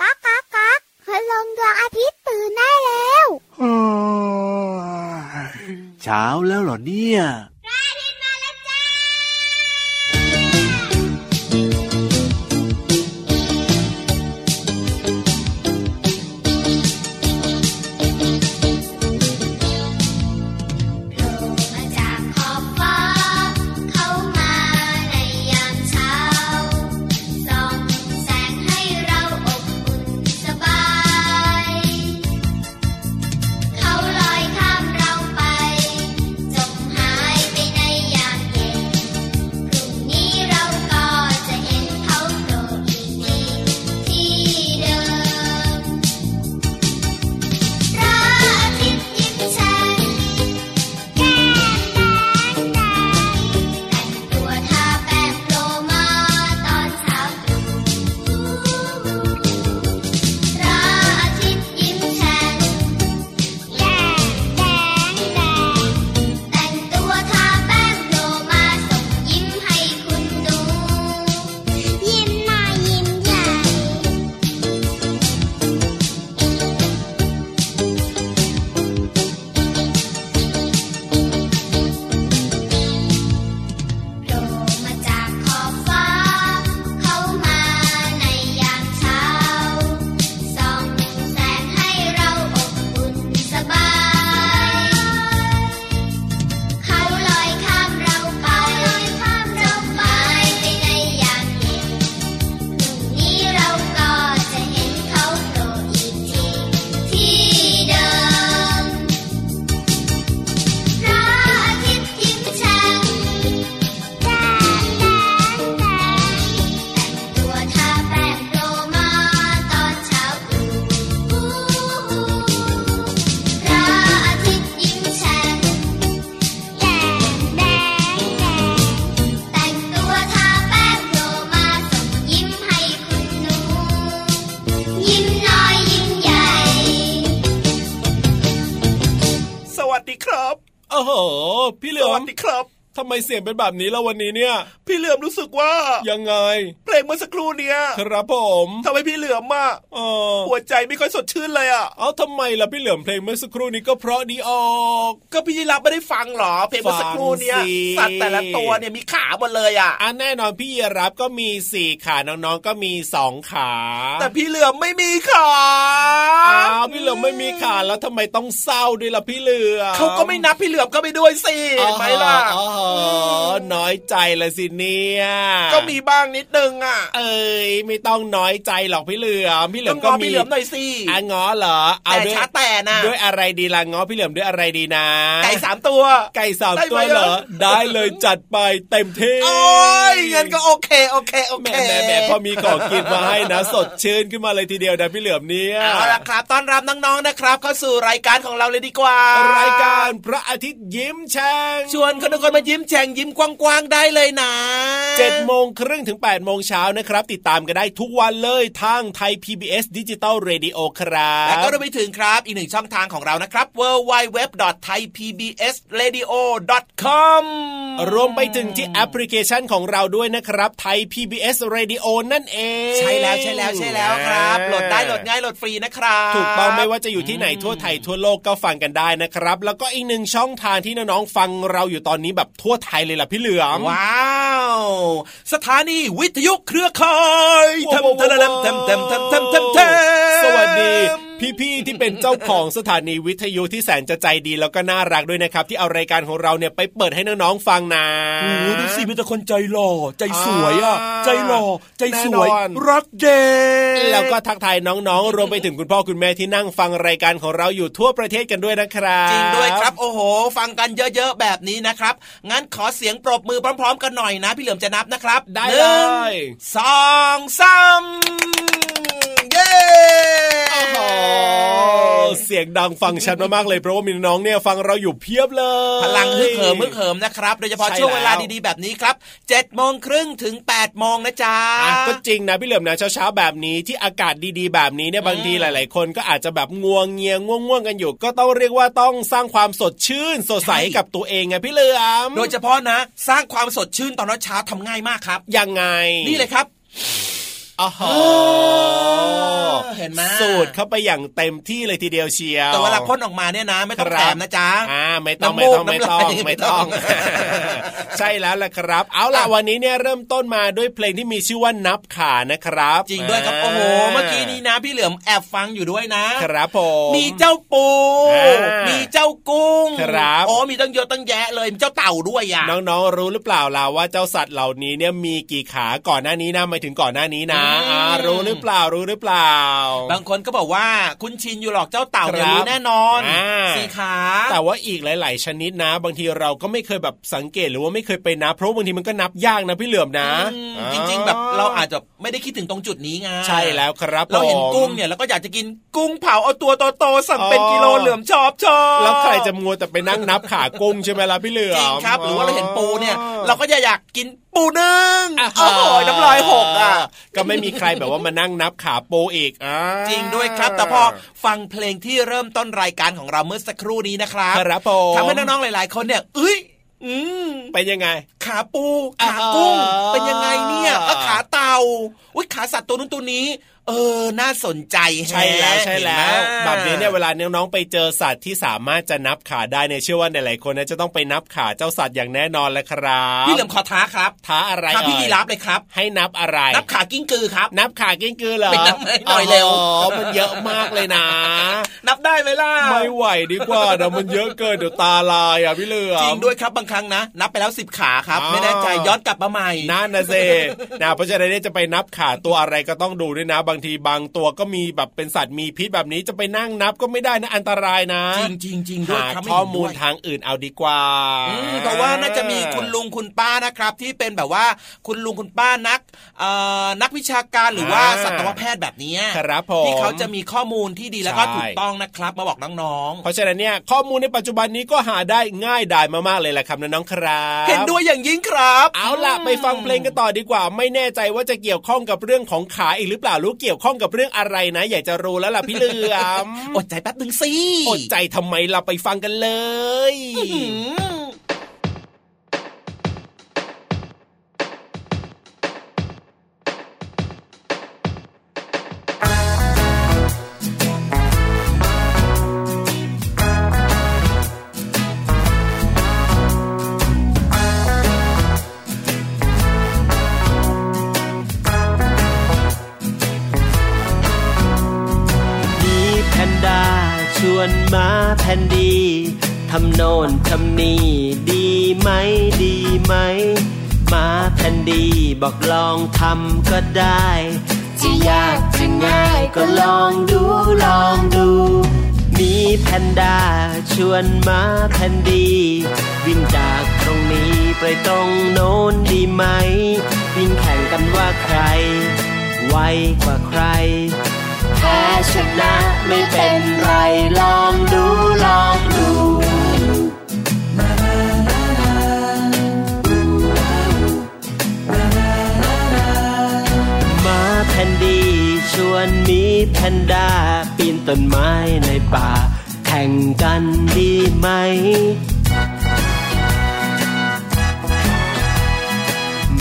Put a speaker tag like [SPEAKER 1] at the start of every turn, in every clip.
[SPEAKER 1] กักกักกักพลังดวงอาทิตย์ตื่นได้แล้ว
[SPEAKER 2] เช้าแล้วเหรอเนี่ย
[SPEAKER 1] พระอาทิตย์มาแล้วจ้า
[SPEAKER 3] โผล่มาจากขอบฟ้า เข้ามาในยามเช้า ส่องแสงให้เราอบอุ่นสบาย เขาลอยข้ามเราไป จมหายไปในยามเย็น พรุ่งนี้เราก็จะเห็นเขาโผล่อีกทีที่เดิม พระอาทิตย์ยิ้มแฉ่ง แก้มแดงๆแต่งตัวทาแป้งโปรมาตอนเช้าตรู่พระอาทิตย์ยิ้มแฉ่งแก้มแดงๆแต่งตัวทาแป้งโปรมาส่งยิ้มให้คุณดู ยิ้มหน้ายิ้มใหญ่ โผล่มาจากขอบฟ้า เข้ามาในยามเช้า ส่องแสงให้เราอบอุ่นสบาย เขาลอยข้ามเราไปลอยข้ามเราไปในยามเย็นพรุ่งนี้เราก็จะเห็นเขาโผล่อีกทีที่เดิม พระอาทิตย์ยิ้มแฉ่ง แดงแดงแดงแต่งตัวทาแป้งโรมาตอนเช้าตรู่พระอาทิตย์ยิ้มแฉ่งแดงแดงแดงแต่งตัวทาแป้งโรมาส่งยิ้มให้คุณหนู ยิ้มน้อยยิ้มใหญ่
[SPEAKER 4] สวัสดีครับ
[SPEAKER 5] โอ้โห พี่
[SPEAKER 4] ส
[SPEAKER 5] เหลือ
[SPEAKER 4] วั
[SPEAKER 5] ม
[SPEAKER 4] สดีครับ
[SPEAKER 5] ทำไมเสียงเป็นแบบนี้แล้ววันนี้เนี่ย
[SPEAKER 4] พี่เหลือมรู้สึกว่า
[SPEAKER 5] ยังไง
[SPEAKER 4] เพลงเมื่อสักครู่เนี้ย
[SPEAKER 5] ครับผม
[SPEAKER 4] ทำให้พี่เหลือมอะ
[SPEAKER 5] เออ
[SPEAKER 4] หัวใจไม่ค่อยสดชื่นเลยอะ
[SPEAKER 5] เอาทำไมล่ะพี่เหลือมเพลงเมื่อสักครู่นี้ก็เพราะดีออก
[SPEAKER 4] ก็พี่ยีรับไม่ได้ฟังหรอ เพลงเมื่อสักครู่เนี้ย
[SPEAKER 5] ฟังสิ
[SPEAKER 4] สัตว์แต่ละตัวเนี่ยมีขาหมดเลยอะ
[SPEAKER 5] อ่ะแน่นอนพี่ยีรับก็มีสี่ขาน้องๆก็มีสองขา
[SPEAKER 4] แต่พี่เหลือมไม่มีขา
[SPEAKER 5] อ้าวพี่เหลือมไม่มีขาแล้วทำไมต้องเศร้าด้วยล่ะพี่เหลือม
[SPEAKER 4] เขาก็ไม่นับพี่เหลือมก็ไปด้วยสิเห็นไหมล่ะ
[SPEAKER 5] อ๋ออ๋อน้อยใจละสิเนี่ย
[SPEAKER 4] ก็มีบ้างนิดนึงอะ
[SPEAKER 5] เอ้ยไม่ต้องน้อยใจหรอกพี่เหลือมพี่เหลื
[SPEAKER 4] ต้
[SPEAKER 5] อ
[SPEAKER 4] อง
[SPEAKER 5] ม
[SPEAKER 4] ง
[SPEAKER 5] ก็
[SPEAKER 4] อ
[SPEAKER 5] มี
[SPEAKER 4] พี่เหลือมหน่อยสิ
[SPEAKER 5] อ่ะง้อเหรอเอา
[SPEAKER 4] แต่
[SPEAKER 5] ด้วย
[SPEAKER 4] ช้าแต่นะ
[SPEAKER 5] ด้วยอะไรดีล่ะง้อพี่เหลือมด้วยอะไรดีนะ
[SPEAKER 4] ไก่สามตัว
[SPEAKER 5] ไก่สาม
[SPEAKER 4] ได้ไหม
[SPEAKER 5] ตัวเหรอ
[SPEAKER 4] เออ
[SPEAKER 5] ได้เลยจัดไปเต็มที่
[SPEAKER 4] โอ้ยงั้นก็โอเคโอเคโอ
[SPEAKER 5] แห
[SPEAKER 4] เค
[SPEAKER 5] ม่แหม่แหม่พอมีของกินมาให้นะ สดชื่นขึ้นมาเลยทีเดียวนะพี่เหลือมเนี่ย
[SPEAKER 4] เอาละครับต้อนรับน้องๆนะครับ เข้าสู่รายการของเราเลยดีกว่า
[SPEAKER 5] รายการพระอาทิตย์ยิ้มแฉ่ง
[SPEAKER 4] ชวนคนทุกคนมายิ้มแฉ่งยิ้มกว้างๆได้เลยนะ
[SPEAKER 5] เจ็ดโมงครึ่งถึง8ปดโมงเช้านะครับ ติดตามกันได้ทุกวันเลยทางไทย PBS ดิจิตอลเรดิโอครั
[SPEAKER 4] แล้วก็
[SPEAKER 5] บ
[SPEAKER 4] รวมไปถึงครับ อีกหนึ่งช่องทางของเรานะครับ w w w t h a i p b s r a d i o c o m
[SPEAKER 5] รวมไปถึงที่แอปพลิเคชันของเราด้วยนะครับไทย PBS Radio นั่นเอง
[SPEAKER 4] ใช่แล้วใช่แล้วใช่แล้วครับ โหลดได้โหลดง่ายโหลดฟรีนะครับ
[SPEAKER 5] ถูกต้องไม่ว่าจะอยู่ที่ไหนทั่วไทยทั่วโลกก็ฟังกันได้นะครับ แล้วก็อีกหนึ่งช่องทางที่น้องๆฟังเราอยู่ตอนนี้แบบทั่วไทยเลยล่ะพี่เหลือม
[SPEAKER 4] ว้าว สถานีวิทยุเครือข่ายทำทำทำทำทำทำทำทำทำ
[SPEAKER 5] สวัสดี พี่ๆที่เป็นเจ้าของสถานีวิทยุที่แสนจะใจดีแล้วก็น่ารักด้วยนะครับ ที่เอารายการของเราเนี่ยไปเปิดให้น้องๆฟังนะ
[SPEAKER 6] โอ้โหดูสิมีแต่คนใจหล่อ ใจสวยอ่ะ
[SPEAKER 5] อ่า
[SPEAKER 6] ใจหล่อ ใจสวย
[SPEAKER 5] แน่นอน
[SPEAKER 6] รักเด็ก
[SPEAKER 5] แล้วก็ทักทายน้องๆ รวมไปถึงคุณพ่อคุณแม่ที่นั่งฟังรายการของเราอยู่ทั่วประเทศกันด้วยนะครับ
[SPEAKER 4] จริงด้วยครับโอ้โห ฟังกันเยอะๆแบบนี้นะครับ งั้นขอเสียงปรบมือพร้อม ๆ กันหน่อยนะ พี่เหลือมจะนับนะครับ
[SPEAKER 5] ได้
[SPEAKER 4] ห
[SPEAKER 5] เล
[SPEAKER 4] นึ่ง
[SPEAKER 5] ย
[SPEAKER 4] สองสามเย้
[SPEAKER 5] โอ้โหเสียงดังฟังชัดมากๆเลยเพราะว่ามีน้องๆเนี่ยฟังเราอยู่เพียบเลย
[SPEAKER 4] พลังฮึกเหิมฮึกเหิมนะครับ โดยเฉพาะ
[SPEAKER 5] ใช่
[SPEAKER 4] ช่วงเวลา
[SPEAKER 5] แล้ว
[SPEAKER 4] ดีๆแบบนี้ครับ7จ็ดโมงครึ่งถึง8ปดโมงนะจ๊ะ
[SPEAKER 5] อ่ะก็จริงนะพี่เหลือมนะเช้าๆแบบนี้ที่อากาศดีๆ แบบนี้เนี่ยบางทีหลาย ๆ คนก็อาจจะแบบง่วงเงียง่วงๆกันอยู่ ก็ต้องเรียกว่าต้องสร้างความสดชื่นสดใส
[SPEAKER 4] ใช่
[SPEAKER 5] ให้กับตัวเองไงพี่เหลือม
[SPEAKER 4] โดยเฉพาะนะ สร้างความสดชื่นตอนเช้าๆทำง่ายมากครับ
[SPEAKER 5] ยังไง
[SPEAKER 4] นี่เลยครับ
[SPEAKER 5] อ๋อฮะ
[SPEAKER 4] เห็นไหม
[SPEAKER 5] สูดเข้าไปอย่างเต็มที่เลยทีเดียวเชียว
[SPEAKER 4] แต่เวลาพ่นออกมาเนี่ยนะ ไม่ต้อง
[SPEAKER 5] ครับ
[SPEAKER 4] แต้มนะจ๊ะ
[SPEAKER 5] อ่าไม่ต้อง
[SPEAKER 4] น้ำ
[SPEAKER 5] ไม่
[SPEAKER 4] มูก
[SPEAKER 5] ต้องไม่ต้อง
[SPEAKER 4] น้ำลาย
[SPEAKER 5] ไม่ต้อง
[SPEAKER 4] ไม่ ต้อง
[SPEAKER 5] ใช่แล้วล่ะครับ เอาล่ะวันนี้เนี่ยเริ่มต้นมาด้วยเพลงที่มีชื่อว่านับขานะครับ
[SPEAKER 4] จริงด้วยครับโอ้โห
[SPEAKER 5] า
[SPEAKER 4] เมื่อกี้นี้นะพี่เหลือมแอบฟังอยู่ด้วยนะ
[SPEAKER 5] ครับผม
[SPEAKER 4] มีเจ้าปู
[SPEAKER 5] อ่ามี
[SPEAKER 4] มีเจ้ากุ้ง
[SPEAKER 5] ครับ
[SPEAKER 4] โอ้มีตั้งเยอะตั้งแยะเลยมีเจ้าเต่าด้วยอ่ะ
[SPEAKER 5] น้องๆรู้หรือเปล่าล่ะว่าเจ้าสัตว์เหล่านี้เนี่ยมีกี่ขาก่อนหน้านี้นะหมายถึงก่อนหน้านี้นะ
[SPEAKER 4] อืม
[SPEAKER 5] อ่ารู้หรือเปล่ารู้หรือเปล่า
[SPEAKER 4] บางคนก็บอกว่าคุ้นชินอยู่หรอกเจ้าเต่าเนี่ย
[SPEAKER 5] ครับ
[SPEAKER 4] รู้แน่นอน
[SPEAKER 5] อ่า
[SPEAKER 4] สีขา
[SPEAKER 5] แต่ว่าอีกหลาย ๆ ชนิดนะ บางทีเราก็ไม่เคยแบบสังเกตหรือว่าไม่เคยไปนับเพราะบางทีมันก็นับยากนะพี่เหลือมนะ
[SPEAKER 4] อืม
[SPEAKER 5] อ่า
[SPEAKER 4] จริงๆแบบเราอาจจะไม่ได้คิดถึงตรงจุดนี้ไง
[SPEAKER 5] ใช่แล้วครับ
[SPEAKER 4] เราเห็น
[SPEAKER 5] ผม
[SPEAKER 4] กุ้งเนี่ยเราก็อยากจะกินกุ้งเผาเอาตัวโตๆสั่งเป็น
[SPEAKER 5] อ๋อ
[SPEAKER 4] กิโลเหลือมชอบชอบ
[SPEAKER 5] แล้วใครจะมัวแต่ไปนั่งนับขากุ้งใช่ไหมล่ะพี่เหลือม
[SPEAKER 4] จริงครับ หรือว่าเราเห็นปูเนี่ย เราก็จะอยากกินปูนึ่ง
[SPEAKER 5] อ่า
[SPEAKER 4] โอ้โหน้ำลายหกอ่ะ
[SPEAKER 5] ก็ไม่มีใครแบบว่ามานั่งนับขาปูอีกอ่า
[SPEAKER 4] จริงด้วยครับ แต่พอฟังเพลงที่เริ่มต้นรายการของเราเมื่อสักครู่นี้นะครับ
[SPEAKER 5] ครับผม
[SPEAKER 4] ทำให้น้องๆหลาย ๆ คนเนี่ยเอ้ยอืม
[SPEAKER 5] เป็นยังไง
[SPEAKER 4] ขาปูขากุ้ง
[SPEAKER 5] อ่า
[SPEAKER 4] เป็นยังไงเนี่ยเอ้อขาเต่าอุ้ยขาสัตว์ตัวนู้นตัวนี้ เออ น่าสนใจ
[SPEAKER 5] ใช่แล้วใช่แล้ว
[SPEAKER 4] เห็ไหม
[SPEAKER 5] แบบนี้เนี่ยเวลาน้องๆไปเจอสัตว์ที่สามารถจะนับขาได้เนี่ยเชื่อว่าหลายๆคนนะจะต้องไปนับขาเจ้าสัตว์อย่างแน่นอนแหละครับ
[SPEAKER 4] พี่เหลิมขอท้าครับ
[SPEAKER 5] ท้าอะไร
[SPEAKER 4] ท้าพี่
[SPEAKER 5] เอ่ย
[SPEAKER 4] ยีรับเลยครับ
[SPEAKER 5] ให้นับอะไร
[SPEAKER 4] นับขากิ้งกือครับ
[SPEAKER 5] นับขากิ้งกือเหรอ
[SPEAKER 4] ไปนับให้หน่อยเร็ว
[SPEAKER 5] อ๋อมันเยอะมากเลยนะ
[SPEAKER 4] นับได้ไหมล่ะ
[SPEAKER 5] ไม่ไหวดีกว่าเดี๋ยวมันเยอะเกินเดี๋ยวตาลายอ่ะพี่เหลือม
[SPEAKER 4] จริงด้วยครับบางครั้งนะ นับไปแล้วสิบขาครับ
[SPEAKER 5] อ๋อ
[SPEAKER 4] ไม่แน่ใจย้อนกลับมาใหม่
[SPEAKER 5] นั่นนะเซนะเพราะฉะนั้นเนี่ยจะไปนับขาตัวอะไรก็ต้องดูด้วยนะ บางทีบางตัวก็มีแบบเป็นสัตว์มีพิษแบบนี้จะไปนั่งนับก็ไม่ได้นะอันตรายนะ
[SPEAKER 4] จริงจริงจริงด้วย
[SPEAKER 5] หา
[SPEAKER 4] ครับไ
[SPEAKER 5] ข้อมูล
[SPEAKER 4] เห็นด้วย
[SPEAKER 5] ทางอื่นเอาดีกว่า
[SPEAKER 4] อืมแต่ว่าน่าจะมีคุณลุงคุณป้านะครับ ที่เป็นแบบว่าคุณลุงคุณป้านักเอ่อนักวิชาการหรือว่าสัตวแพทย์แบบเนี้ย
[SPEAKER 5] ครับผม
[SPEAKER 4] ที่เขาจะมีข้อมูลที่ดีแล้วก็
[SPEAKER 5] ใช่
[SPEAKER 4] ถูกต้องนะครับ มาบอกน้อง
[SPEAKER 5] เพราะฉะนั้นเนี่ยข้อมูลในปัจจุบันนี้ก็หาได้ง่ายดายมากๆเลยแหละครับน้องๆครับ
[SPEAKER 4] ๆ เห็นด้วยอย่างยิ่งครับ
[SPEAKER 5] เอาล่ะไปฟังเพลงกันต่อดีกว่า ไม่แน่ใจว่าจะเกี่ยวข้องกับเรื่องของขาอีกหรือเปล่าหรือเกี่ยวข้องกับเรื่องอะไรนะ อยากจะรู้แล้วล่ะพี่เหลือม
[SPEAKER 4] อดใจแป๊บหนึ่งสิ
[SPEAKER 5] อดใจทำไมเราไปฟังกันเลย
[SPEAKER 4] อืม
[SPEAKER 7] มีแพนด้าชวนมาแพนดีทำโน่นทำนี่ดีไหมดีไหมมาแพนดีบอกลองทำก็ได้ จะยากจะง่ายก็ลองดูลองดู มีแพนด้าชวนมาแพนดี วิ่งจากตรงนี้ไปตรงโน้นดีไหม วิ่งแข่งกันว่าใคร ไวกว่าใคร แพ้ชนะไม่เป็นไรลองดูลองดู หมาแพนดีชวนหมีแพนด้าปีนต้นไม้ในป่า แข่งกันดีไหม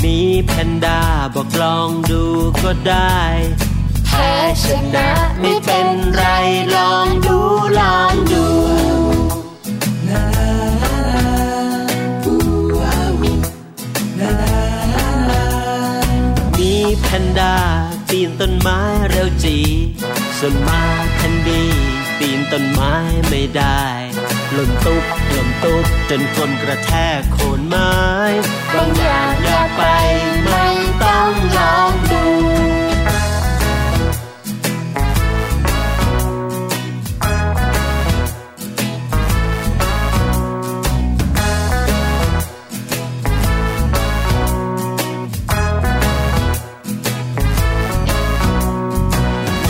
[SPEAKER 7] มีแพนด้าบอกลองดูก็ได้แพ้ชนะไม่เป็นไรลองดูลองดู มีแพนด้าปีนต้นไม้เร็วจี ส่วนหมาแพนดีปีนต้นไม้ไม่ได้หล่นตุ๊บหล่นตุ๊บจนคนกระแทกโคนไม้บางอย่างอย่าไปไม่ต้องลองดู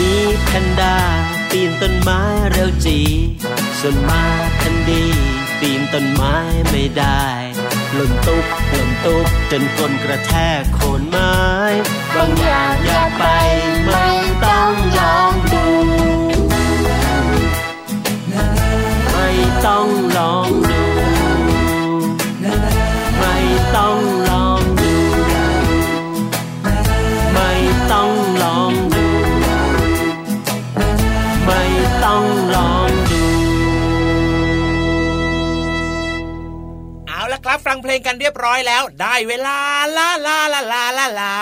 [SPEAKER 7] มีแพนด้าปีนต้นไม้เร็วจี ส่วนหมาแพนดีปีนต้นไม้ไม่ได้หล่นตุ๊บหล่นตุ๊บจนก้นกระแทกโคนไม้บางอย่างอย่าไปไม่ต้องลองดู ไม่ต้องลองดู ไม่ต้องลองดู ไม่ต้องล
[SPEAKER 4] งเพลงกันเรียบร้อยแล้ว ได้เวลาลาลาลาลาลาลา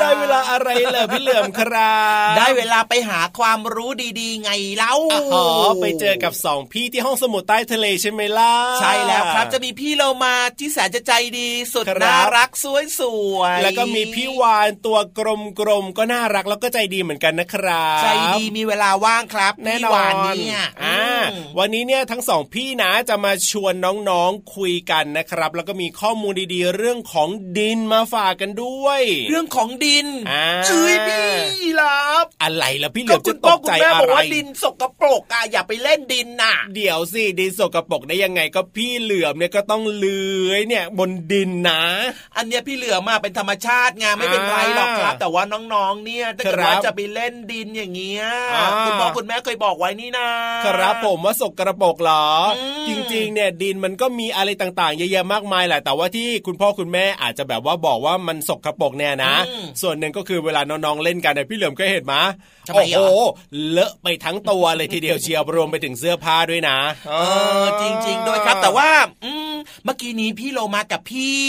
[SPEAKER 5] ได้เวลาอะไรเหรอพี่เหลือมครับ
[SPEAKER 4] ได้เวลาไปหาความรู้ดีๆ ไงเล่า
[SPEAKER 5] อ๋อไปเจอกับสองพี่ที่ห้องสมุดใต้ทะเลใช่ไหมล่ะ
[SPEAKER 4] ใช่แล้วครับจะมีพี่เรามาที่แสนจะใจดีสุด
[SPEAKER 5] ครับ
[SPEAKER 4] น่ารักสวยสวยๆ
[SPEAKER 5] แล้วก็มีพี่วานตัวกลมๆก็น่ารักแล้วก็ใจดีเหมือนกันนะครับ
[SPEAKER 4] ใจดีมีเวลาว่างครับ
[SPEAKER 5] แน่
[SPEAKER 4] พี่
[SPEAKER 5] นอ
[SPEAKER 4] หวาน
[SPEAKER 5] น
[SPEAKER 4] เนี่ย
[SPEAKER 5] อ่า
[SPEAKER 4] อืม
[SPEAKER 5] วันนี้เนี่ยทั้งสองพี่นะจะมาชวนน้องๆคุยกันนะครับ แล้วก็มีข้อมูลดีๆ เรื่องของดินมาฝากกันด้วย
[SPEAKER 4] เรื่องของดิน
[SPEAKER 5] อ่า
[SPEAKER 4] เอ้ยพี่รับ
[SPEAKER 5] อะไรล่ะพี่เหลื
[SPEAKER 4] ก็
[SPEAKER 5] อม
[SPEAKER 4] คุ
[SPEAKER 5] จะ
[SPEAKER 4] ณ
[SPEAKER 5] ต
[SPEAKER 4] พ่อก คุ
[SPEAKER 5] ใจ
[SPEAKER 4] ณแม่
[SPEAKER 5] อะ
[SPEAKER 4] บอก
[SPEAKER 5] ไร
[SPEAKER 4] ว่าดินสกปรกอ่ะอย่าไปเล่นดินน่ะ
[SPEAKER 5] เดี๋ยวสิดินสกปรกได้ยังไงก็พี่เหลือมเนี่ยก็ต้องเลื้อยเนี่ย บนดินนะ
[SPEAKER 4] อันเนี้ยพี่เหลือมาเป็นธรรมชาติไงไม่เป็นไรหรอกครับ แต่ว่าน้องๆ เนี่ยถ้าเกิดว่า
[SPEAKER 5] ครับ
[SPEAKER 4] จะไปเล่นดินอย่างเงี้ย
[SPEAKER 5] อ่า
[SPEAKER 4] คุณพ่อคุณแม่เคยบอกไว้นี่นะ
[SPEAKER 5] ครับผมว่าสกระปรกเหรอ
[SPEAKER 4] อืม
[SPEAKER 5] จริงๆเนี่ยดินมันก็มีอะไรต่างๆ เยอะแยะมากมายแหละแต่ว่าที่คุณพ่อคุณแม่อาจจะแบบว่าบอกว่ามันสกระปรกเนี่ยนะ ส่วนหนึ่งก็คือเวลาน้องๆเล่นกันเนี่ยพี่เหลือมเคยเห็นไหม
[SPEAKER 4] ทำไม
[SPEAKER 5] โอ้
[SPEAKER 4] อ่ะ
[SPEAKER 5] โหเลอะไปทั้งตัวเลยทีเดียวเชียวรวมไปถึงเสื้อผ้าด้วยนะ
[SPEAKER 4] เออจริง ๆ ด้วยครับ แต่ว่า อืมเมื่อกี้นี้พี่โลมากับพี่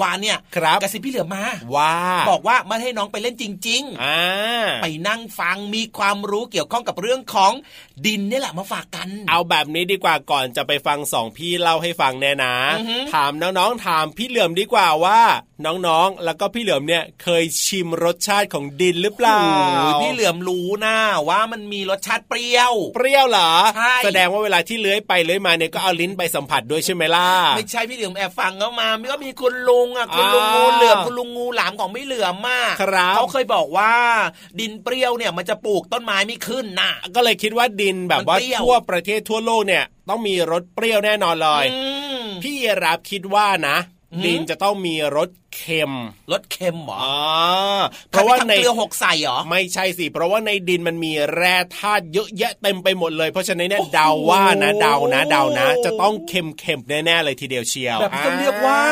[SPEAKER 4] วานเนี่ย
[SPEAKER 5] ครับ
[SPEAKER 4] กระซิบพี่เหลือมา
[SPEAKER 5] ว่า
[SPEAKER 4] บอกว่าไม่ให้น้องไปเล่นจริง ๆ
[SPEAKER 5] อ่า
[SPEAKER 4] ไปนั่งฟังมีความรู้เกี่ยวข้องกับเรื่องของดินเนี่ยแหละมาฝากกัน
[SPEAKER 5] เอาแบบนี้ดีกว่าก่อนจะไปฟังสองพี่เล่าให้ฟังแน่นะ
[SPEAKER 4] อือฮึ
[SPEAKER 5] ถามน้องๆถามพี่เหลือมดีกว่าว่าน้องๆ แล้วก็พี่เหลือมเนี่ยเคยชิมรสชาติของดินหรือเปล่า
[SPEAKER 4] โอ้ยพี่เหลือมรู้นะว่ามันมีรสชาติเปรี้ยว
[SPEAKER 5] เปรี้ยวเหรอ
[SPEAKER 4] ใช่
[SPEAKER 5] แสดงว่าเวลาที่เลื้อยไปเลื้อยมาเนี่ยก็เอาลิ้นไปสัมผัสด้วยใช่ไหมล่ะ
[SPEAKER 4] ไม่ใช่พี่เหลือมแอบฟังเขามาไม่ก็มีคุณลุงอ่ะคุณ
[SPEAKER 5] อ่า
[SPEAKER 4] ลุงงูเหลือมคุณลุงงูหลามของไม่เหลือมมาก
[SPEAKER 5] ครับ
[SPEAKER 4] เขาเคยบอกว่า ดินเปรี้ยวเนี่ยมันจะปลูกต้นไม้ไม่ขึ้นน่ะ
[SPEAKER 5] ก็เลยคิดว่าดินแบบว่า
[SPEAKER 4] มันเปรี้ยว
[SPEAKER 5] ทั่วประเทศทั่วโลกเนี่ย ต้องมีรสเปรี้ยวแน่นอนเลย
[SPEAKER 4] อืม
[SPEAKER 5] พี่รับคิดว่านะ
[SPEAKER 4] อืม
[SPEAKER 5] ดินจะต้องมีรสเค็ม
[SPEAKER 4] รสเค็มเหรอ
[SPEAKER 5] อ๋อเพ
[SPEAKER 4] ใคร
[SPEAKER 5] ราะ
[SPEAKER 4] ไป
[SPEAKER 5] ว่า
[SPEAKER 4] ทำ
[SPEAKER 5] ใน
[SPEAKER 4] เกลือหกใส่เหรอ
[SPEAKER 5] ไม่ใช่สิ เพราะว่าในดินมันมีแร่ธาตุเยอะแยะเต็มไปหมดเลย เพราะฉะนั้นเนี่ย
[SPEAKER 4] โอ้โห
[SPEAKER 5] เดาว่านะเดานะเดานะ จะต้องเค็มเค็มๆแน่ๆเลยทีเดียวเชียว
[SPEAKER 4] แบบจะเรียกว่า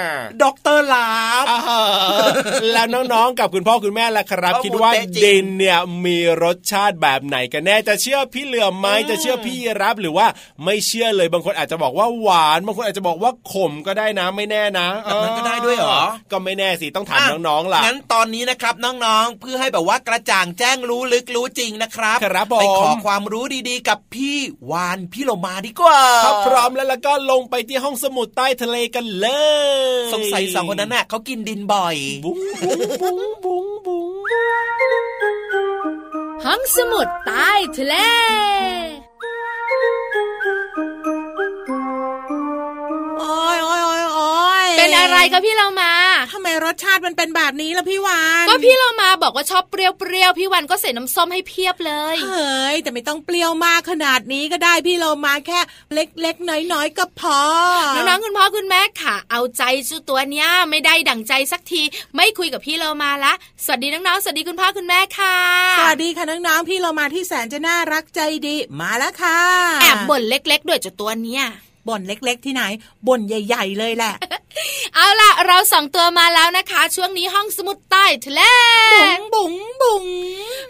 [SPEAKER 5] อ่า
[SPEAKER 4] ด็อกเตอร์หลาม
[SPEAKER 5] อ่าแล้วน้องๆ กับคุณพ่อคุณแม่ล่ะครับ
[SPEAKER 4] ข้อมูล
[SPEAKER 5] คิดว่า
[SPEAKER 4] เป๊ะจริง
[SPEAKER 5] ดินเนี่ยมีรสชาติแบบไหนกันแน่จะเชื่อพี่เหลือมไหมจะเชื่อพี่รับหรือว่าไม่เชื่อเลยบางคนอาจจะบอกว่าหวานบางคนอาจจะบอกว่าขมก็ได้นะไม่แน่นะ
[SPEAKER 4] แบบนั้นก็ได้ด้วยเหรอ
[SPEAKER 5] ก็ไม่แน่สิต้องถามน้องๆล่ะ
[SPEAKER 4] งั้นตอนนี้นะครับน้องๆ เพื่อให้แบบว่ากระจ่างแจ้งรู้ลึกรู้จริงนะครับ
[SPEAKER 5] ครับผม
[SPEAKER 4] ไปขอความรู้ดีๆ กับพี่วานพี่โลมาดีกว่า
[SPEAKER 5] ถ้าพร้อมแล้วแล้วก็ลงไปที่ห้องสมุดใต้ทะเลกันเลย
[SPEAKER 4] สงสัยสองคนนั้นน่ะเขากินดินบ่อย
[SPEAKER 5] บุ้งบุ้งบุ้งบุ้งบุ้ง
[SPEAKER 8] ห้องสมุดใต้ทะเล
[SPEAKER 9] โอ้ยโอ้ยโอ้ยโอ้ย
[SPEAKER 8] เป็นอะไรคะพี่เรามา
[SPEAKER 9] ทำไมรสชาติมันเป็นแบบนี้ล่ะพี่วาน
[SPEAKER 8] ก็พี่เรามาบอกว่าชอบเปรี้ยวๆ พี่วันก็ใส่น้ำส้มให้เพียบเลย
[SPEAKER 9] เฮ้ยแต่ไม่ต้องเปรี้ยวมากขนาดนี้ก็ได้พี่เรามาแค่เล็กๆ น้อยๆก็พอ
[SPEAKER 8] น้องๆคุณพ่อคุณแม่ค่ะ เอาใจชูตัวเนี้ยไม่ได้ดั่งใจสักที ไม่คุยกับพี่เรามาละ สวัสดีน้องๆ สวัสดีคุณพ่อคุณแม่ค่ะ
[SPEAKER 9] สวัสดีค่ะน้องๆพี่เรามาที่แสนจะน่ารักใจดีมาแล้วค่ะ
[SPEAKER 8] แอบบ่นเล็กๆ ด้วยเจ้าตัวเนี้ย
[SPEAKER 9] บ่นเล็ก ๆ ที่ไหนบ่นใหญ่ ๆ เลยแหละ
[SPEAKER 8] เอาล่ะ เราสองตัวมาแล้วนะคะ ช่วงนี้ห้องสมุดใต้ทะเล
[SPEAKER 9] บุ๋งบุ๋งบุ๋ง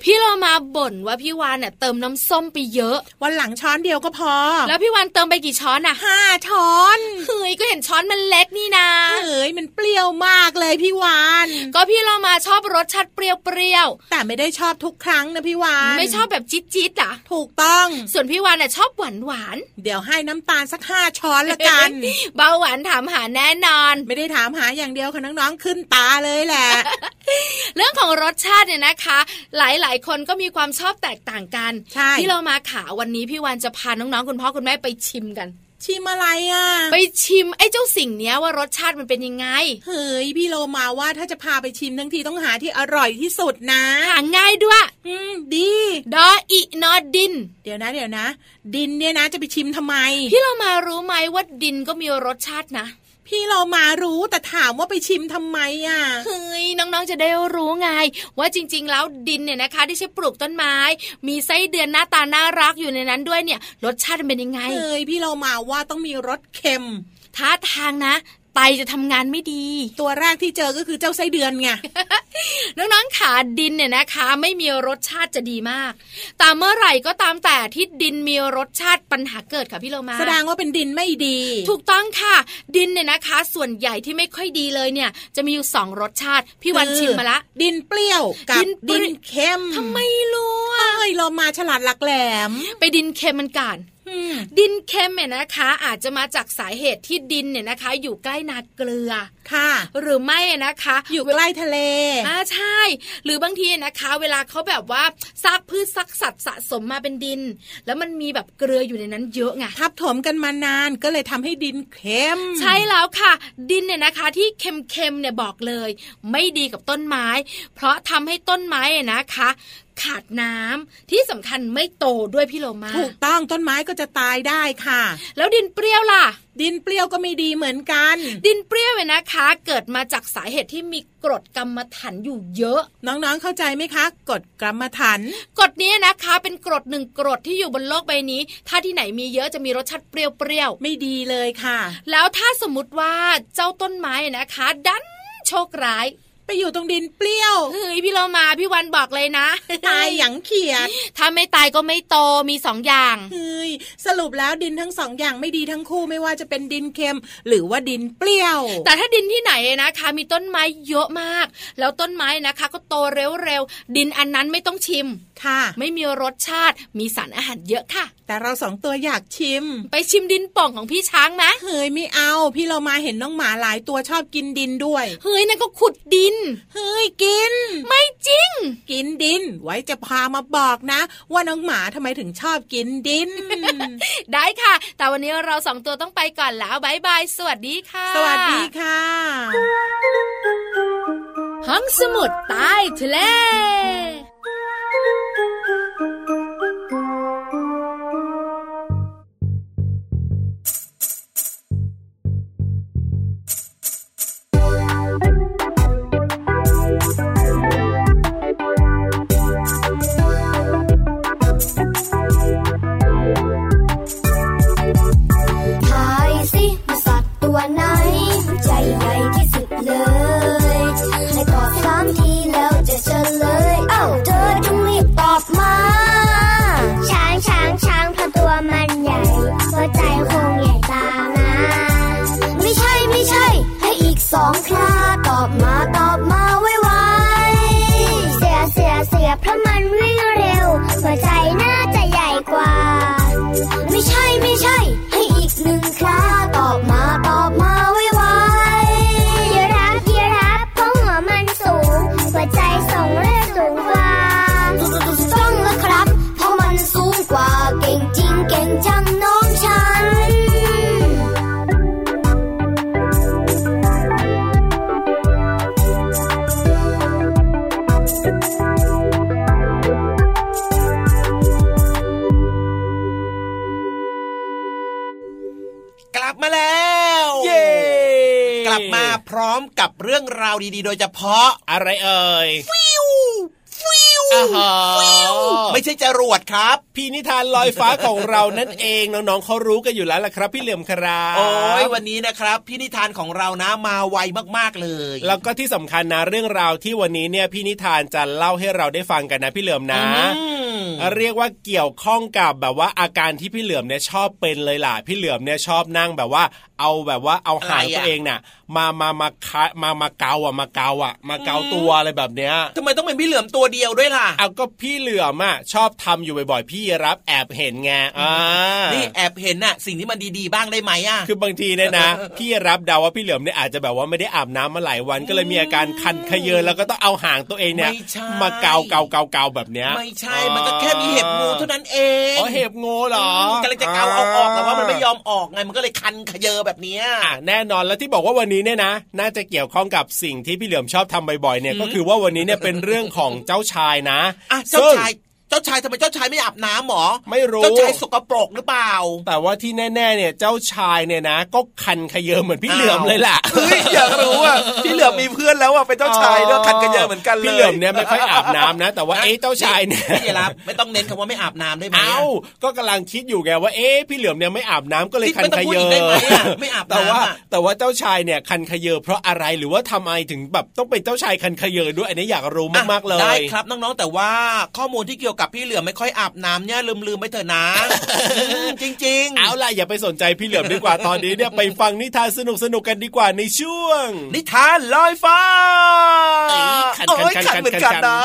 [SPEAKER 8] พี่เรามาบ่นว่าพี่วานเนี่ยเติมน้ำส้มไปเยอะ
[SPEAKER 9] วันหลังช้อนเดียวก็พอ
[SPEAKER 8] แล้วพี่วานเติมไปกี่ช้อนอะ
[SPEAKER 9] ห้าช้อน
[SPEAKER 8] เฮ้ยก็เห็นช้อนมันเล็กนี่นะ
[SPEAKER 9] เอ้ยมันเปรี้ยวมากเลยพี่วาน
[SPEAKER 8] ก็พี่เรามาชอบรสชาติเปรี้ยว
[SPEAKER 9] แต่ไม่ได้ชอบทุกครั้งนะพี่วาน
[SPEAKER 8] ๆ ไม่ชอบแบบจี๊ดจี๊ดๆอ่ะ
[SPEAKER 9] ถูกต้อง
[SPEAKER 8] ส่วนพี่วานน่ะชอบหวานหวาน
[SPEAKER 9] เดี๋ยวให้น้ำตาลสักห้าช้อนละ กัน
[SPEAKER 8] ๆเบาหวานถามหาแน่นอน
[SPEAKER 9] ไม่ได้ถามหาอย่างเดียวค่ะน้องๆขึ้นตาเลยแหละ
[SPEAKER 8] เรื่องของรสชาติเนี่ยนะคะ หลายๆ คนก็มีความชอบแตกต่างกัน
[SPEAKER 9] ใช่
[SPEAKER 8] พี่เรามาขาวันนี้พี่วานจะพาน้องๆคุณพ่อคุณแม่ไปชิมกัน
[SPEAKER 9] ชิมอะไร อ่ะ
[SPEAKER 8] ไปชิมไอ้เจ้าสิ่งเนี้ยว่ารสชาติมันเป็นยังไง
[SPEAKER 9] เฮ้ยพี่โลมาว่าถ้าจะพาไปชิมทั้งทีต้องหาที่อร่อยที่สุดนะ
[SPEAKER 8] หาง่ายด้วย
[SPEAKER 9] อืมดี
[SPEAKER 8] ดออินอดิน
[SPEAKER 9] เดี๋ยวนะเดี๋ยวนะ ดินเนี่ยนะจะไปชิมทำไม
[SPEAKER 8] พี่เรามารู้ไหมว่าดินก็มีรสชาตินะ
[SPEAKER 9] พี่โลมารู้แต่ถามว่าไปชิมทำไมอ่ะ
[SPEAKER 8] เฮ้ยน้องๆ จะได้รู้ไง ว่าจริงๆ แล้วดินเนี่ยนะคะ ที่ใช้ปลูกต้นไม้ มีไส้เดือนหน้าตาน่ารักอยู่ในนั้นด้วยเนี่ย รสชาติมันเป็นยังไง
[SPEAKER 9] เฮ้ยพี่โลมาว่าต้องมีรสเค็ม
[SPEAKER 8] ท่าทางนะ ไปจะทำงานไม่ดี
[SPEAKER 9] ตัวแรกที่เจอก็คือเจ้าไส้เดือน ไง
[SPEAKER 8] น้องๆขาดินเนี่ยนะคะ ไม่มีรสชาติจะดีมาก แต่เมื่อไหร่ก็ตามแต่ที่ดินมีรสชาติปัญหาเกิดค่ะพี่โลมา
[SPEAKER 9] แสดงว่าเป็นดินไม่ดี
[SPEAKER 8] ถูกต้องค่ะ ดินเนี่ยนะคะ ส่วนใหญ่ที่ไม่ค่อยดีเลยเนี่ย จะมีอยู่สองรสชาติ พี่วัน
[SPEAKER 9] คือ
[SPEAKER 8] ชิมมาละ
[SPEAKER 9] ดินเปรี้ยวกับ
[SPEAKER 8] ดิ
[SPEAKER 9] ดิ
[SPEAKER 8] นเปรี้
[SPEAKER 9] น
[SPEAKER 8] ยว
[SPEAKER 9] เค็ม
[SPEAKER 8] ทำไมรู้อะ
[SPEAKER 9] เอ้ยเรามาฉลาดหลักแหลม
[SPEAKER 8] ไปดินเค็มมันก่อน
[SPEAKER 9] อืม
[SPEAKER 8] ดินเค็มเนี่ยนะคะ อาจจะมาจากสาเหตุที่ดินเนี่ยนะคะ อยู่ใกล้นาเกลือ
[SPEAKER 9] ค่ะ
[SPEAKER 8] หรือไม่นะคะ
[SPEAKER 9] อยู่ใกล้ทะเล
[SPEAKER 8] อ่าใช่ หรือบางทีนะคะ เวลาเขาแบบว่าซากพืชซักสัตว์สะสมมาเป็นดิน แล้วมันมีแบบเกลืออยู่ในนั้นเยอะไง
[SPEAKER 9] ทับถมกันมานานก็เลยทำให้ดินเค็ม
[SPEAKER 8] ใช่แล้วค่ะ ดินเนี่ยนะคะที่เค็มๆเนี่ยบอกเลย ไม่ดีกับต้นไม้ เพราะทำให้ต้นไม้อะนะคะ ขาดน้ำที่สำคัญไม่โตด้วยพี่โลมา
[SPEAKER 9] ถูกต้องต้นไม้ก็จะตายได้ค่ะ
[SPEAKER 8] แล้วดินเปรี้ยวล่ะ
[SPEAKER 9] ดินเปรี้ยวก็ไม่ดีเหมือนกัน
[SPEAKER 8] ดินเปรี้ยวเนี่ยนะคะ เกิดมาจากสาเหตุที่มีกรดกรรมถันอยู่เยอะ
[SPEAKER 9] น้องๆเข้าใจไหมคะกฎกรรมฐาน
[SPEAKER 8] กรดนี้นะคะ เป็นกรดหนึ่งกรดที่อยู่บนโลกใบนี้ ถ้าที่ไหนมีเยอะจะมีรสชาติเปรี้ยวๆ
[SPEAKER 9] ไม่ดีเลยค่ะ
[SPEAKER 8] แล้วถ้าสมมติว่าเจ้าต้นไม้อะนะคะ ดันโชคร้าย
[SPEAKER 9] ไปอยู่ตรงดินเปรี้ยว
[SPEAKER 8] เฮ้ยพี่โลมาพี่วันบอกเลยนะ
[SPEAKER 9] ตายอย่างเขียด
[SPEAKER 8] ถ้าไม่ตายก็ไม่โตมีสองอย่าง
[SPEAKER 9] เฮ้ยสรุปแล้วดินทั้งสองอย่างไม่ดีทั้งคู่ไม่ว่าจะเป็นดินเค็ม หรือว่าดินเปรี้ยว
[SPEAKER 8] แต่ถ้าดินที่ไหนนะคะ มีต้นไม้เยอะมาก แล้วต้นไม้นะคะ ก็โตเร็วๆดินอันนั้นไม่ต้องชิม
[SPEAKER 9] ค่ะ
[SPEAKER 8] ไม่มีรสชาติมีสารอาหารเยอะค่ะ
[SPEAKER 9] แต่เราสองตัวอยากชิม
[SPEAKER 8] ไปชิมดินป่องของพี่ช้างนะ
[SPEAKER 9] เฮ้ยไม่เอาพี่เรามาเห็นน้องหมาหลายตัวชอบกินดินด้วย
[SPEAKER 8] เฮ้ยนั่นก็ขุดดิน
[SPEAKER 9] เฮ้ยกิน
[SPEAKER 8] ไม่จริง
[SPEAKER 9] กินดิน ไว้จะพามาบอกนะ ว่าน้องหมาทำไมถึงชอบกินดิ น
[SPEAKER 8] ได้ค่ะ แต่วันนี้เราสองตัวต้องไปก่อนแล้วบายบายสวัสดีค่ะ
[SPEAKER 9] สวัสดีค่ะ
[SPEAKER 8] ห้องสมุดใต้ทะเล
[SPEAKER 3] ทายสิว่าสัตว์ตัวไหน ใจใหญ่ที่สุดเลยให้ตอบสามทีแล้วจะเฉลย เอ้าเธอจงรีบตอบมา ช้างช้างช้างเพราะตัวมันใหญ่หัวใจคงใหญ่ตามนะ ไม่ใช่ไม่ใช่ ให้อีกสองคราตอบมาตอบมาไวไวๆเสียเสียเสียเพราะมันวิ่งเร็ว หัวใจน่าจะใหญ่กว่า ไม่ใช่ไม่ใช่ ให้อีกหนึ่งคราตอบมาตอบมาไวไวๆยีราฟยีราฟเพราะหัวมันสูง หัวใจส่งเลือดสูงกว่าถูกต้องแล้วครับ เพราะมันสูงกว่าเก่งจริงเก่งจังน้องฉัน
[SPEAKER 4] กลับมาแล้ว
[SPEAKER 5] เย้
[SPEAKER 4] กลับมาพร้อมกับเรื่องราวดีๆ โดยเฉพาะ
[SPEAKER 5] อะไรเอ่ย
[SPEAKER 4] อาหารไม่ใช่จรวดครับ
[SPEAKER 5] พี่นิทานลอยฟ้าของเรานั่นเองน้องๆเขารู้กันอยู่แล้วล่ะครับพี่เหลือมครับ
[SPEAKER 4] โอ้ยวันนี้นะครับพี่นิทานของเรานะมาไวมากๆเลย
[SPEAKER 5] แล้วก็ที่สำคัญนะเรื่องราวที่วันนี้เนี่ยพี่นิทานจะเล่าให้เราได้ฟังกันนะพี่เหลือมนะ
[SPEAKER 4] อืม
[SPEAKER 5] เรียกว่าเกี่ยวข้องกับแบบว่าอาการที่พี่เหลือมเนี่ยชอบเป็นเลยล่ะ พี่เหลือมเนี่ยชอบนั่งแบบว่า เอาแบบว่าเอาหาง
[SPEAKER 4] อะไรอะ
[SPEAKER 5] ตัวเองน่ะ มามามาคะมามาเกาอ่ะมาเกาอ่ะ มาเกาตัวอะไรแบบเนี้ย
[SPEAKER 4] ทำไมต้องเป็นพี่เหลือมตัวเดียวด้วยล่ะ
[SPEAKER 5] เอาก็พี่เหลือมอ่ะชอบทำอยู่บ่อยๆ พี่รับแอบเห็นไงอ่า
[SPEAKER 4] นี่แอบเห็นน่ะ สิ่งที่มันดีๆบ้างได้ไหมอ่ะ
[SPEAKER 5] คือบางทีเนี่ยนะ พี่รับเดาว่าพี่เหลือมเนี่ยอาจจะแบบว่าไม่ได้อาบน้ำมาหลายวันก็เลยมีอาการคันขยเยอแล้วก็ต้องเอาหางตัวเองเนี่ย
[SPEAKER 4] ไม่ใช่
[SPEAKER 5] มาเกาเกาเกาเกาแบบเนี้ย
[SPEAKER 4] ไม่ใช่ มันก็แค่มีเห็บงูเท่านั้นเอง
[SPEAKER 5] อ๋อเห็บงูเหรอ
[SPEAKER 4] มกำลังจะเอาเอาออกแต่ว่ามันไม่ยอมออกไง มันก็เลยคันขยเยอแบบเนี้ย
[SPEAKER 5] อ่ะแน่นอนแล้วที่บอกว่าวันนี้เนี่ยนะ น่าจะเกี่ยวข้องกับสิ่งที่พี่เหลือมชอบทำบ่อยๆเนี่ยก็คือว่าวันนี้เนี่ยเป็นเรื่องของเจ้าชายนะ
[SPEAKER 4] อ่ะเจ้า
[SPEAKER 5] ซึ่ง
[SPEAKER 4] ชาย เจ้าชายทำไมเจ้าชายไม่อาบน้ำหมอ
[SPEAKER 5] ไม่รู้
[SPEAKER 4] เจ้าชายสกปรกหรือเปล่า
[SPEAKER 5] แต่ว่าที่แน่ๆเนี่ยเจ้าชายเนี่ยนะ ก็คันขยเยมเหมือนพี่เหลือมเลยล่ะ
[SPEAKER 6] เฮ้ยอยากรู้อ่ะพี่เหลือมมีเพื่อนแล้วอ่ะเป็นเจ้าชายแล้วคันกันเยอะเหมือนกันเลย
[SPEAKER 5] พี่เหลือมเนี่ยไม่ค่อยอาบน้ำนะ แต่ว่าเอ๊ะเจ้าชายเนี่ย
[SPEAKER 4] พี่รับไม่ต้องเน้นคำว่าไม่อาบน้ำได้ไหมะ
[SPEAKER 5] เอ้าก็กำลังคิดอยู่ไงว่าเอ๊ะพี่เหลือมเนี่ยไม่อาบน้ำก็เลยคันข
[SPEAKER 4] ไม่ต้องพูด
[SPEAKER 5] ยเย
[SPEAKER 4] อีกได้ไหมอะไม่อาบน้ำอะ
[SPEAKER 5] แต่ว่าแต่ว่าเจ้าชายเนี่ยคันขยเยเพราะอะไรหรือว่าทำไมถึงแบบต้องเป็นเจ้าชายคันขยเยด้วยอันนี้อยากรู้มากๆเลย
[SPEAKER 4] ได้ครับน้องๆ แต่ว่าข้อมูลที่เกี่ยวกับพี่เหลือมไม่ค่อยอาบน้ำเนี่ยลืมๆไปเถอะ นะ อืมจริง
[SPEAKER 5] เอาล่ะอย่าไปสนใจพี่เหลือมดีกว่าตอนนี้เนี่ยไปฟังนิทานสนุกๆกันดีกว่าในช่วง
[SPEAKER 4] ๆ นิทานลอยฟ้า
[SPEAKER 5] เอ้ยขัดกัน
[SPEAKER 4] โอ้ย
[SPEAKER 5] ขั
[SPEAKER 4] ขัด
[SPEAKER 5] ดกัน
[SPEAKER 4] เหมือนกัน
[SPEAKER 5] ขัดกัน
[SPEAKER 4] นะ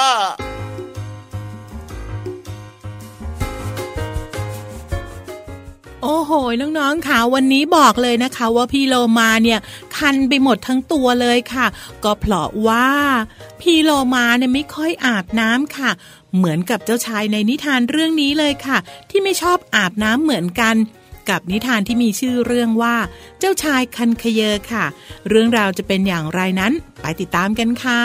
[SPEAKER 9] โอ้โห น้องๆค่ะวันนี้บอกเลยนะคะว่าพี่โลมาเนี่ยคันไปหมดทั้งตัวเลยค่ะ ก็เพราะว่าพี่โลมาเนี่ยไม่ค่อยอาบน้ำค่ะ เหมือนกับเจ้าชายในนิทานเรื่องนี้เลยค่ะ ที่ไม่ชอบอาบน้ำเหมือนกัน กับนิทานที่มีชื่อเรื่องว่า เจ้าชายคันคเยอค่ะ เรื่องราวจะเป็นอย่างไรนั้นไปติดตามกันค่ะ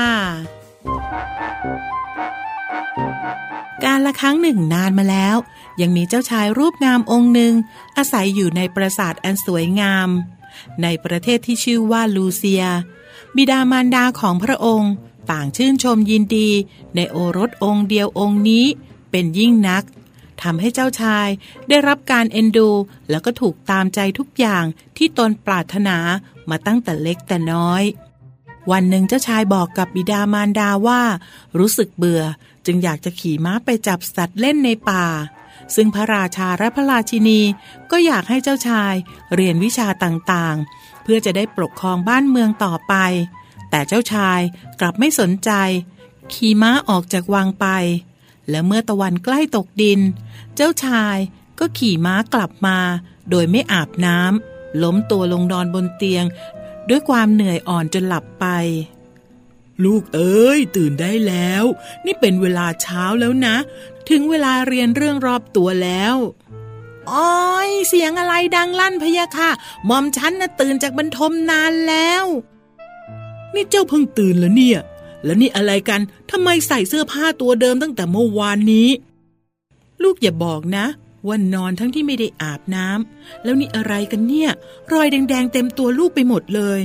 [SPEAKER 9] การละครั้งหนึ่งนานมาแล้ว ยังมีเจ้าชายรูปงามองค์หนึ่ง อาศัยอยู่ในปราสาทอันสวยงาม ในประเทศที่ชื่อว่าลูเซีย บิดามารดาของพระองค์ ต่างชื่นชมยินดี ในโอรสองค์เดียวองค์นี้ เป็นยิ่งนักทำให้เจ้าชายได้รับการเอ็นดู แล้วก็ถูกตามใจทุกอย่างที่ตนปรารถนามาตั้งแต่เล็กแต่น้อย วันหนึ่งเจ้าชายบอกกับบิดามารดาว่า รู้สึกเบื่อจึงอยากจะขี่ม้าไปจับสัตว์เล่นในป่า ซึ่งพระราชาและพระราชินีก็อยากให้เจ้าชายเรียนวิชาต่างๆ เพื่อจะได้ปกครองบ้านเมืองต่อไป แต่เจ้าชายกลับไม่สนใจ ขี่ม้าออกจากวังไป และเมื่อตะวันใกล้ตกดิน เจ้าชายก็ขี่ม้ากลับมา โดยไม่อาบน้ำล้มตัวลงนอนบนเตียง ด้วยความเหนื่อยอ่อนจนหลับไป ลูกเอ้ย ตื่นได้แล้ว นี่เป็นเวลาเช้าแล้วนะ ถึงเวลาเรียนเรื่องรอบตัวแล้วอ้อยเสียงอะไรดังลั่นพะยะค่ะหมอมฉันน่ะตื่นจากบรรทมนานแล้ว นี่เจ้าเพิ่งตื่นเหรอเนี่ย แล้วนี่อะไรกันทำไมใส่เสื้อผ้าตัวเดิมตั้งแต่เมื่อวานนี้ ลูกอย่าบอกนะว่านอนทั้งที่ไม่ได้อาบน้ำแล้วนี่อะไรกันเนี่ย รอยแดงๆเต็มตัวลูกไปหมดเลย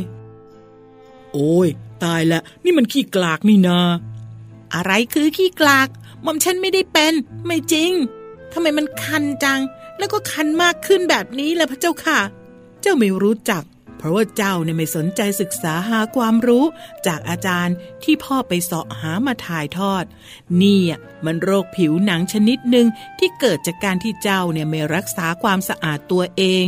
[SPEAKER 9] โอ้ยตายละ นี่มันขี้กลากนี่นา อะไรคือขี้กลากหม่อมฉันไม่ได้เป็น ไม่จริงทำไมมันคันจัง แล้วก็คันมากขึ้นแบบนี้ล่ะพระเจ้าค่ะ เจ้าไม่รู้จัก เพราะว่าเจ้าเนี่ยไม่สนใจศึกษาหาความรู้ จากอาจารย์ที่พ่อไปเสาะหามาถ่ายทอด นี่อ่ะมันโรคผิวหนังชนิดหนึ่งที่เกิดจากการที่เจ้าเนี่ยไม่รักษาความสะอาดตัวเอง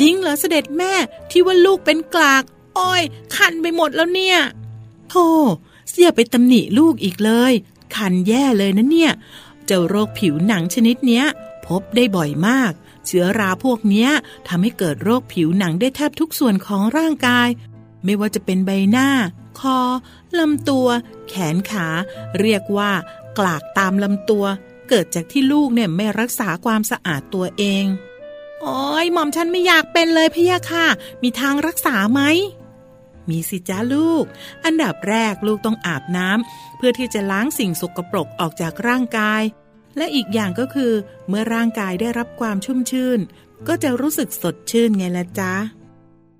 [SPEAKER 9] จริงเหรอเสด็จแม่ที่ว่าลูกเป็นกลาก อ้อยคันไปหมดแล้วเนี่ยโธ่เสียไปตำหนิลูกอีกเลย คันแย่เลยนะเนี่ย เจ้าโรคผิวหนังชนิดเนี้ย พบได้บ่อยมาก เชื้อราพวกเนี้ยทำให้เกิดโรคผิวหนังได้แทบทุกส่วนของร่างกาย ไม่ว่าจะเป็นใบหน้า คอลำตัว แขนขา เรียกว่า กลากตามลำตัว เกิดจากที่ลูกเนี่ยไม่รักษาความสะอาดตัวเอง โอ้ยหม่อมฉันไม่อยากเป็นเลยพี่ยะค่ะ มีทางรักษาไหม มีสิจ้าลูก อันดับแรกลูกต้องอาบน้ำเพื่อที่จะล้างสิ่งสกปรกออกจากร่างกาย และอีกอย่างก็คือ เมื่อร่างกายได้รับความชุ่มชื่น ก็จะรู้สึกสดชื่นไงละจ๊ะ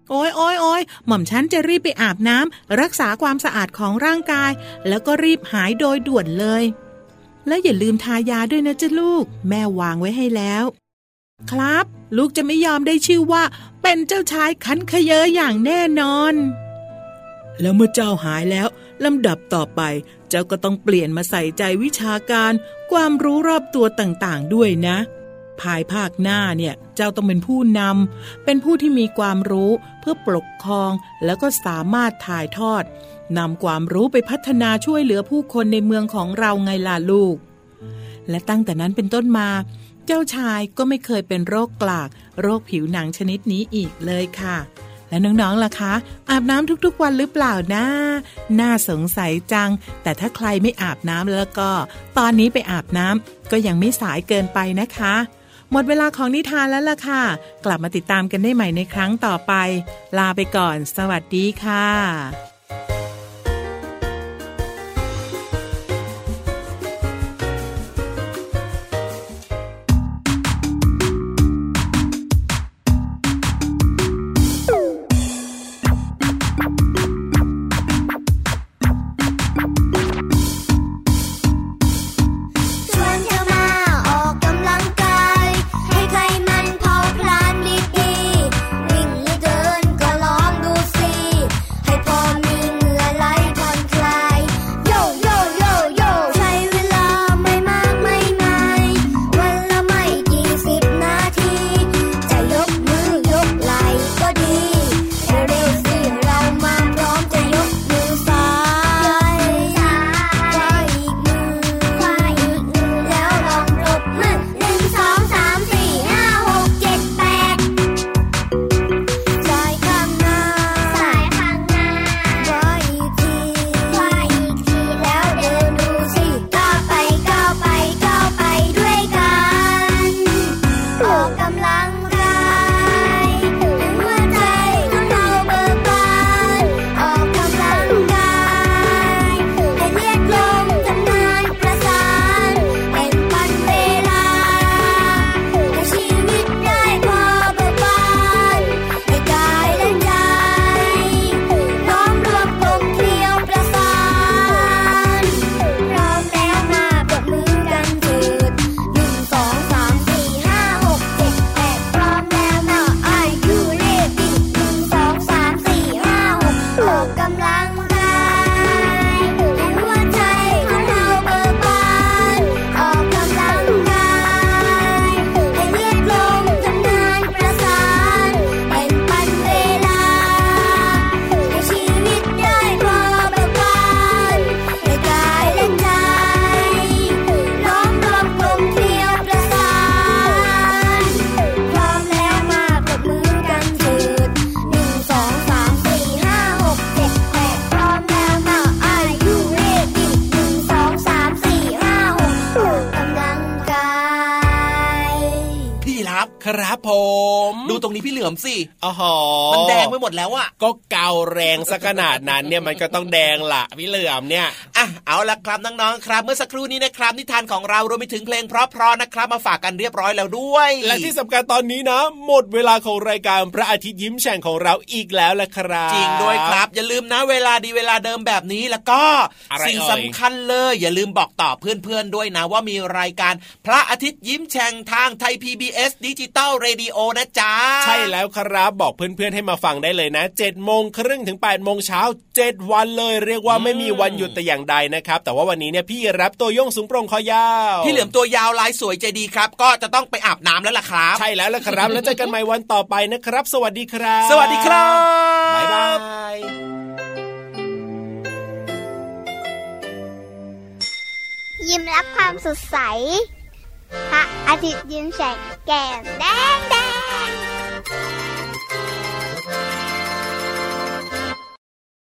[SPEAKER 9] โอ้ยโอ้ยโอ้ยหม่อมฉันจะรีบไปอาบน้ำรักษาความสะอาดของร่างกาย แล้วก็รีบหายโดยด่วนเลย และอย่าลืมทายาด้วยนะจ๊ะลูก แม่วางไว้ให้แล้ว ครับ ลูกจะไม่ยอมได้ชื่อว่า เป็นเจ้าชายคันขยเยออย่างแน่นอน แล้วเมื่อเจ้าหายแล้วลำดับต่อไป เจ้าก็ต้องเปลี่ยนมาใส่ใจวิชาการ ความรู้รอบตัวต่างๆด้วยนะ ภายภาคหน้าเนี่ย เจ้าต้องเป็นผู้นำเป็นผู้ที่มีความรู้เพื่อปกครองแล้วก็สามารถถ่ายทอดนำความรู้ไปพัฒนาช่วยเหลือผู้คนในเมืองของเราไงล่ะลูก และตั้งแต่นั้นเป็นต้นมา เจ้าชายก็ไม่เคยเป็นโรคกลาก โรคผิวหนังชนิดนี้อีกเลยค่ะ และน้องๆล่ะคะ อาบน้ำทุกๆวันหรือเปล่านะ น่าสงสัยจัง แต่ถ้าใครไม่อาบน้ำแล้วก็ ตอนนี้ไปอาบน้ำก็ยังไม่สายเกินไปนะคะ หมดเวลาของนิทานแล้วล่ะค่ะ กลับมาติดตามกันได้ใหม่ในครั้งต่อไป ลาไปก่อน สวัสดีค่ะ
[SPEAKER 3] พ
[SPEAKER 5] ครับผม
[SPEAKER 4] ดูตรงนี้พี่เหลือมสิ
[SPEAKER 5] อ๋อห
[SPEAKER 4] มันแดงไปหมดแล้วอะ
[SPEAKER 5] ก็เกาแรงซะขนาดนั้น เนี่ยมันก็ต้องแดงล่ะพี่เหลือมเนี่ย
[SPEAKER 4] อ่ะเอาละครับน้องๆครับ เมื่อสักครู่นี้นะครับ นิทานของเรารวมไปถึงเพลงเพราะๆนะครับมาฝากกันเรียบร้อยแล้วด้วย
[SPEAKER 5] และที่สำคัญตอนนี้นะ หมดเวลาของรายการพระอาทิตย์ยิ้มแฉ่งของเราอีกแล้วละครับ
[SPEAKER 4] จริงด้วยครับ อย่าลืมนะเวลาดีเวลาเดิมแบบนี้แล้วก็
[SPEAKER 5] อะไร
[SPEAKER 4] สิ่ง
[SPEAKER 5] เอ่ย
[SPEAKER 4] สำคัญเลย อย่าลืมบอกต่อเพื่อนๆด้วยนะ ว่ามีรายการพระอาทิตย์ยิ้มแฉ่งทางไทย PBS ดิจิตอลเรดิโอนะจ๊ะ
[SPEAKER 5] ใช่แล้วครับบอกเพื่อนๆให้มาฟังได้เลยนะ7จ็ดโมงครึ่งถึง8ปดโมงเช้า7วันเลย เรียกว่าไม่มีวันหยุดแต่อย่างใดนะครับ แต่ว่าวันนี้เนี่ยพี่รับตัวโยงสูงโปรงคอยาว
[SPEAKER 4] พี่เหลือมตัวยาวลายสวยใจดีครับ ก็จะต้องไปอาบน้ำแล้วล่ะครับ
[SPEAKER 5] ใช่แล้วละครับ แล้วเจอกันใหม่วันต่อไปนะครับ สวัสดีครับ
[SPEAKER 4] สวัสดีครับ
[SPEAKER 5] บ๊ายบาย
[SPEAKER 1] ยิ้มรับความสดใส พระอาทิตย์ยิ้มแฉกแก้มแดงแดง